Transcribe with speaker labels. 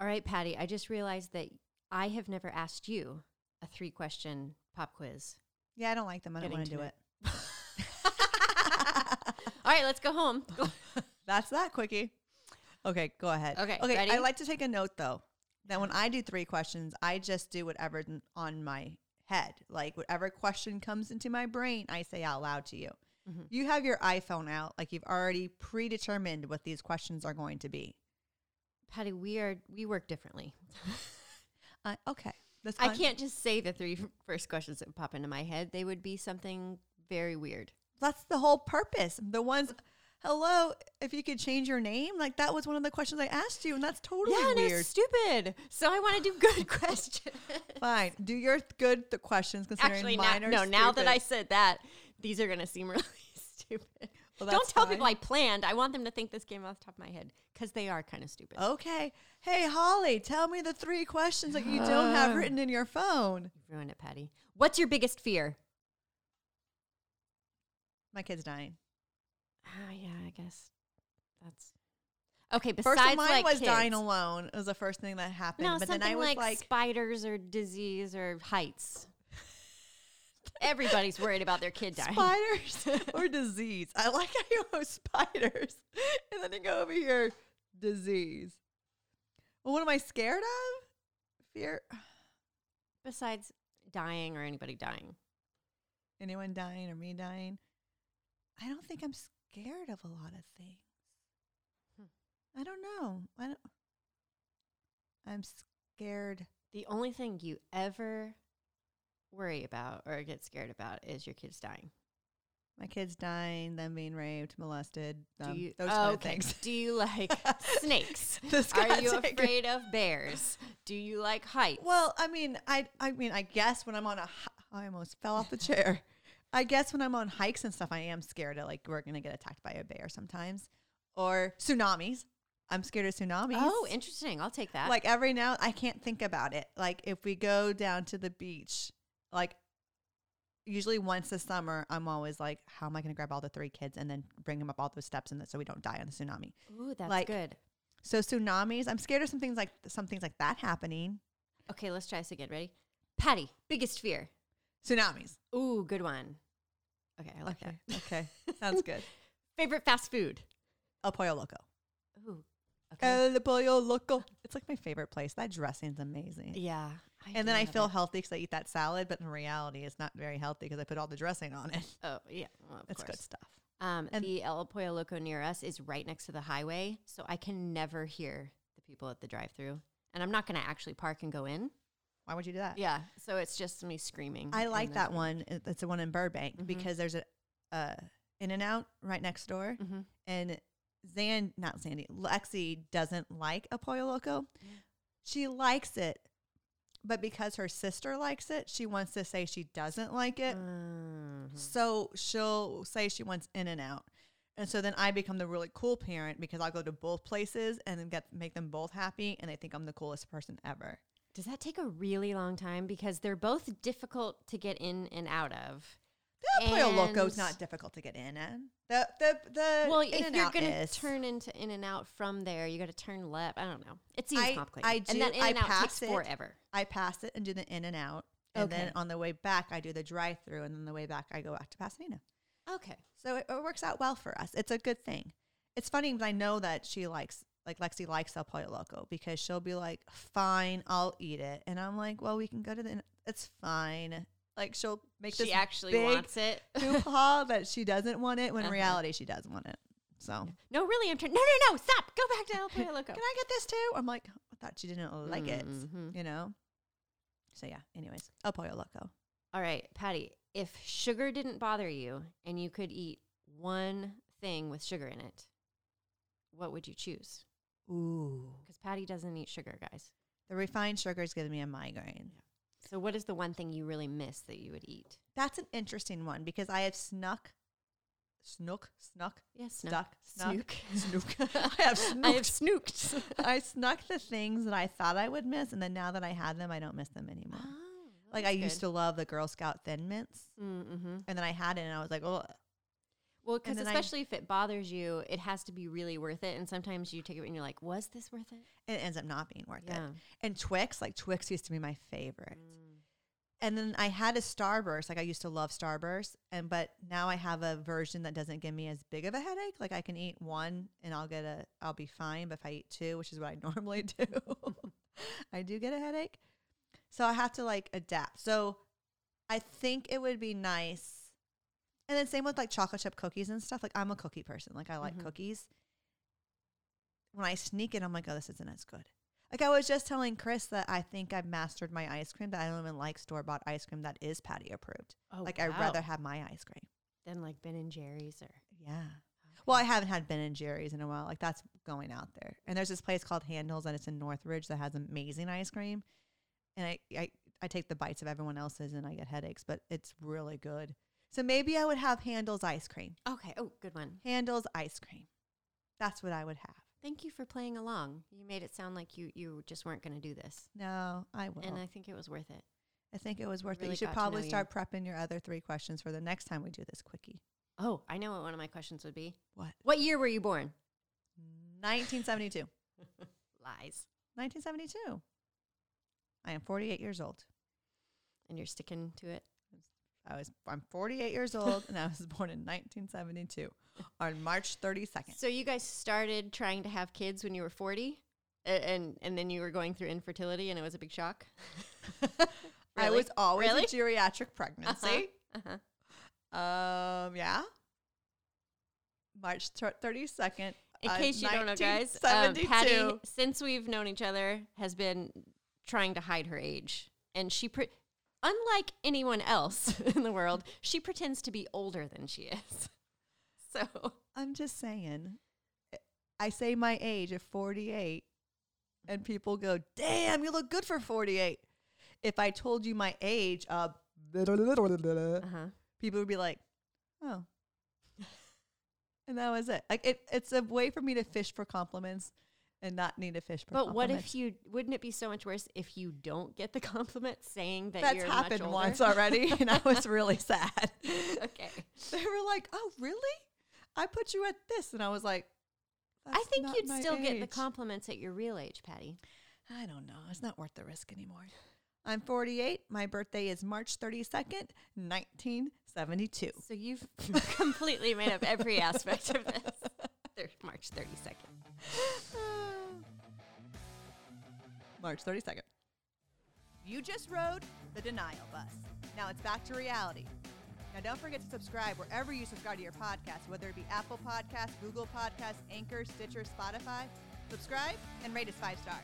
Speaker 1: All right, Patty, I just realized that I have never asked you a three question pop quiz.
Speaker 2: Yeah, I don't like them. I don't
Speaker 1: Getting
Speaker 2: want to do it.
Speaker 1: All right, let's go home.
Speaker 2: That's that quickie. Okay, go ahead.
Speaker 1: Okay,
Speaker 2: Okay.
Speaker 1: ready?
Speaker 2: I like to take a note though that when I do three questions, I just do whatever n- on my head. Like whatever question comes into my brain, I say out loud to you.
Speaker 1: Mm-hmm.
Speaker 2: You have your iPhone out, like you've already predetermined what these questions are going to be.
Speaker 1: Patty, we are we work differently.
Speaker 2: Uh, okay. That's
Speaker 1: I
Speaker 2: fine.
Speaker 1: can't just say the three first questions that pop into my head. They would be something very weird.
Speaker 2: That's the whole purpose. The ones, hello, if you could change your name, like that was one of the questions I asked you, and that's totally
Speaker 1: yeah,
Speaker 2: weird.
Speaker 1: no, stupid. So I want to do good questions.
Speaker 2: Fine. Do your th- good th- questions considering
Speaker 1: Actually, now,
Speaker 2: mine
Speaker 1: no.
Speaker 2: are
Speaker 1: Now that I
Speaker 2: stupid.
Speaker 1: said that, these are going to seem really stupid. Don't
Speaker 2: Well, that's
Speaker 1: tell people I
Speaker 2: fine.
Speaker 1: planned. I want them to think this came off the top of my head because they are kind of stupid.
Speaker 2: Okay. Hey, Holly, tell me the three questions that you don't have
Speaker 1: Ah.
Speaker 2: written in your phone.
Speaker 1: You ruined it, Patty. What's your biggest fear?
Speaker 2: My kid's dying. Ah,
Speaker 1: Oh, yeah, I guess that's okay. Besides,
Speaker 2: First of mine
Speaker 1: like
Speaker 2: was
Speaker 1: kids.
Speaker 2: dying alone. It was the first thing that happened.
Speaker 1: No,
Speaker 2: but
Speaker 1: something
Speaker 2: then I was
Speaker 1: like,
Speaker 2: like,
Speaker 1: spiders or disease or heights. Everybody's worried about their kid dying.
Speaker 2: spiders or disease. I like how you go spiders. And then you go over here, disease. Well, what am I scared of? Fear.
Speaker 1: Besides dying or anybody dying.
Speaker 2: Anyone dying or me dying? I don't think I'm scared of a lot of things.
Speaker 1: Hmm.
Speaker 2: I don't know. I don't. I'm scared.
Speaker 1: The only thing you ever worry about or get scared about is your kids dying.
Speaker 2: My kids dying, them being raped, molested,
Speaker 1: Do
Speaker 2: um,
Speaker 1: you,
Speaker 2: those
Speaker 1: oh, okay.
Speaker 2: kind of things.
Speaker 1: Do you like snakes?
Speaker 2: This
Speaker 1: Are
Speaker 2: gotta
Speaker 1: you
Speaker 2: take a-
Speaker 1: afraid of bears? Do you like heights?
Speaker 2: Well, I mean, I I mean, I guess when I'm on a, hi- I almost fell off the chair. I guess when I'm on hikes and stuff, I am scared of like we're gonna get attacked by a bear sometimes, or tsunamis. I'm scared of tsunamis.
Speaker 1: Oh, interesting. I'll take that.
Speaker 2: like every now I can't think about it. Like if we go down to the beach, like usually once a summer, I'm always like, how am I gonna grab all the three kids and then bring them up all those steps and that so we don't die on the tsunami.
Speaker 1: Ooh, that's
Speaker 2: like-
Speaker 1: good.
Speaker 2: So tsunamis, I'm scared of some things like some things like that happening.
Speaker 1: Okay, let's try this again. Ready? Patty, biggest fear.
Speaker 2: Tsunamis.
Speaker 1: Ooh, good one. Okay, I like
Speaker 2: Okay.
Speaker 1: that.
Speaker 2: Okay. Sounds good.
Speaker 1: Favorite fast food. Oh,
Speaker 2: El Pollo Loco.
Speaker 1: Ooh. Okay.
Speaker 2: El Pollo Loco. It's like my favorite place. That dressing's amazing.
Speaker 1: yeah.
Speaker 2: And
Speaker 1: do
Speaker 2: then I
Speaker 1: love
Speaker 2: feel
Speaker 1: it.
Speaker 2: healthy because I eat that salad, but in reality, it's not very healthy because I put all the dressing on it.
Speaker 1: Oh yeah, well, of
Speaker 2: It's
Speaker 1: course.
Speaker 2: good stuff.
Speaker 1: Um,
Speaker 2: And-
Speaker 1: the El Pollo Loco near us is right next to the highway, so I can never hear the people at the drive-through, and I'm not going to actually park and go in.
Speaker 2: Why would you do that?
Speaker 1: Yeah, so it's just me screaming.
Speaker 2: Uh, I
Speaker 1: and
Speaker 2: like
Speaker 1: then-
Speaker 2: that one. It- It's the one in Burbank
Speaker 1: Mhm.
Speaker 2: because there's a uh, In and Out right next door,
Speaker 1: Mhm.
Speaker 2: and Zan, not Sandy, Lexi doesn't like a Pollo Loco. She likes it, but because her sister likes it, she wants to say she doesn't like
Speaker 1: Mm-hmm.
Speaker 2: it.
Speaker 1: Mhm.
Speaker 2: So she'll say she wants In and Out. And so then I become the really cool parent because I'll go to both places and then get make them both happy and they think I'm the coolest person ever.
Speaker 1: Does that take a really long time because they're both difficult to get in and out of?
Speaker 2: The Pollo Loco's
Speaker 1: And-
Speaker 2: not difficult to get in and the the the
Speaker 1: well,
Speaker 2: in
Speaker 1: if
Speaker 2: and
Speaker 1: you're
Speaker 2: out
Speaker 1: going to
Speaker 2: is.
Speaker 1: turn into in and out from there, you got to turn left. I don't know. It seems
Speaker 2: I-
Speaker 1: complicated.
Speaker 2: I
Speaker 1: And that
Speaker 2: do-
Speaker 1: in
Speaker 2: I
Speaker 1: and out takes
Speaker 2: pass it.
Speaker 1: forever.
Speaker 2: I pass it and do the in and out. And then
Speaker 1: Okay.
Speaker 2: on the way back I do the drive through and then the way back I go back to Pasadena.
Speaker 1: Okay.
Speaker 2: So it, it works out well for us. It's a good thing. It's funny because I know that she likes, like Lexi likes El Pollo Loco because she'll be like, fine, I'll eat it. And I'm like, well, we can go to the, it's fine. Like she'll make
Speaker 1: She
Speaker 2: this
Speaker 1: actually
Speaker 2: big
Speaker 1: wants it.
Speaker 2: hoopla that she doesn't want it when in
Speaker 1: Uh-huh.
Speaker 2: reality she does want it. So
Speaker 1: No, really, I'm trying. No, no, no, stop. Go back to El Pollo Loco.
Speaker 2: can I get this too? I'm like, I thought she didn't like
Speaker 1: Mhm.
Speaker 2: it, you know? So yeah, anyways, El Pollo Loco.
Speaker 1: All right, Patty, if sugar didn't bother you and you could eat one thing with sugar in it, what would you choose?
Speaker 2: Ooh.
Speaker 1: Because Patty doesn't eat sugar, guys.
Speaker 2: The refined sugar is giving me a migraine.
Speaker 1: So, what is the one thing you really miss that you would eat?
Speaker 2: That's an interesting one because I have snuck, snook, snuck,
Speaker 1: Yes,
Speaker 2: stuck, snuck,
Speaker 1: snook.
Speaker 2: snook. I have
Speaker 1: I have
Speaker 2: snooked.
Speaker 1: snooked.
Speaker 2: I snuck the things that I thought I would miss, and then now that I had them, I don't miss them
Speaker 1: Oh,
Speaker 2: anymore.
Speaker 1: Ah,
Speaker 2: like I used to love the Girl Scout Thin Mints,
Speaker 1: Mm-hmm.
Speaker 2: and then I had it, and I was like, oh,
Speaker 1: Well, because
Speaker 2: then I-
Speaker 1: especially if it bothers you, it has to be really worth it. And sometimes you take it and you're like, was this worth it?
Speaker 2: and it ends up not being worth
Speaker 1: Yeah.
Speaker 2: it. And Twix, like Twix used to be my favorite. And then I had a Starburst, like I used to love Starburst, and but now I have a version that doesn't give me as big of a headache. Like I can eat one and I'll get a I'll be fine, but if I eat two, which is what I normally do, I do get a headache. So I have to like adapt. So I think it would be nice. And then same with like chocolate chip cookies and stuff. Like I'm a cookie person. Like I like
Speaker 1: Mhm.
Speaker 2: cookies. When I sneak it, I'm like, oh, this isn't as good. Like I was just telling Chris that I think I've mastered my ice cream. That I don't even like store bought ice cream that is patty approved.
Speaker 1: Oh,
Speaker 2: like I'd rather have my ice cream.
Speaker 1: than like Ben and Jerry's or
Speaker 2: Yeah. Well, I haven't had Ben and Jerry's in a while. Like that's going out there. And there's this place called Handles, and it's in Northridge that has amazing ice cream. And I, I, I take the bites of everyone else's, and I get headaches, but it's really good. So maybe I would have Handles ice cream.
Speaker 1: okay. Oh, good one.
Speaker 2: Handles ice cream. That's what I would have.
Speaker 1: Thank you for playing along. You made it sound like you you just weren't going to do this,
Speaker 2: No, I will.
Speaker 1: and I think it was worth it.
Speaker 2: I think it was worth it.
Speaker 1: really
Speaker 2: You should
Speaker 1: got to know
Speaker 2: probably
Speaker 1: you.
Speaker 2: start prepping your other three questions for the next time we do this quickie.
Speaker 1: Oh, I know what one of my questions would be.
Speaker 2: What?
Speaker 1: What year were you born?
Speaker 2: 1972.
Speaker 1: Lies.
Speaker 2: 1972. I am 48 years old.
Speaker 1: And you're sticking to it.
Speaker 2: I was I'm 48 years old and I was born in 1972 on March 32nd.
Speaker 1: So you guys started trying to have kids when you were 40 A- and and then you were going through infertility and it was a big shock.
Speaker 2: I was always
Speaker 1: Really?
Speaker 2: a geriatric pregnancy.
Speaker 1: Uh-huh.
Speaker 2: Um, yeah. March thir- 32nd.
Speaker 1: In
Speaker 2: uh,
Speaker 1: case you don't know, guys, um, Patty,
Speaker 2: 1972.
Speaker 1: since we've known each other, has been trying to hide her age, and she, pre- unlike anyone else in the world, she pretends to be older than she is. So
Speaker 2: I'm just saying. eh, I say my age of 48, and people go, "Damn, you look good for 48." If I told you my age, uh,
Speaker 1: uh-huh.
Speaker 2: people would be like, "Oh," and that was it. Like it, it's a way for me to fish for compliments and not need to fish for.
Speaker 1: But what
Speaker 2: compliments.
Speaker 1: if you wouldn't it be so much worse if you don't get the compliment saying that
Speaker 2: That's
Speaker 1: you're much
Speaker 2: happened
Speaker 1: older?
Speaker 2: once already, and I was really sad.
Speaker 1: okay.
Speaker 2: They were like, "Oh, really? I put you at this," and I was like,
Speaker 1: I
Speaker 2: "That's
Speaker 1: think
Speaker 2: not
Speaker 1: you'd
Speaker 2: my
Speaker 1: still get the
Speaker 2: age."
Speaker 1: compliments at your real age, Patty.
Speaker 2: I don't know. It's not worth the risk anymore. I'm 48. My birthday is March 32nd, 1972.
Speaker 1: So you've completely made up every aspect of this. Thir- March 32nd.
Speaker 2: March 32nd. You just rode the denial bus. Now it's back to reality. Now don't forget to subscribe wherever you subscribe to your podcast, whether it be Apple Podcasts, Google Podcasts, Anchor, Stitcher, Spotify. Subscribe and rate us five stars.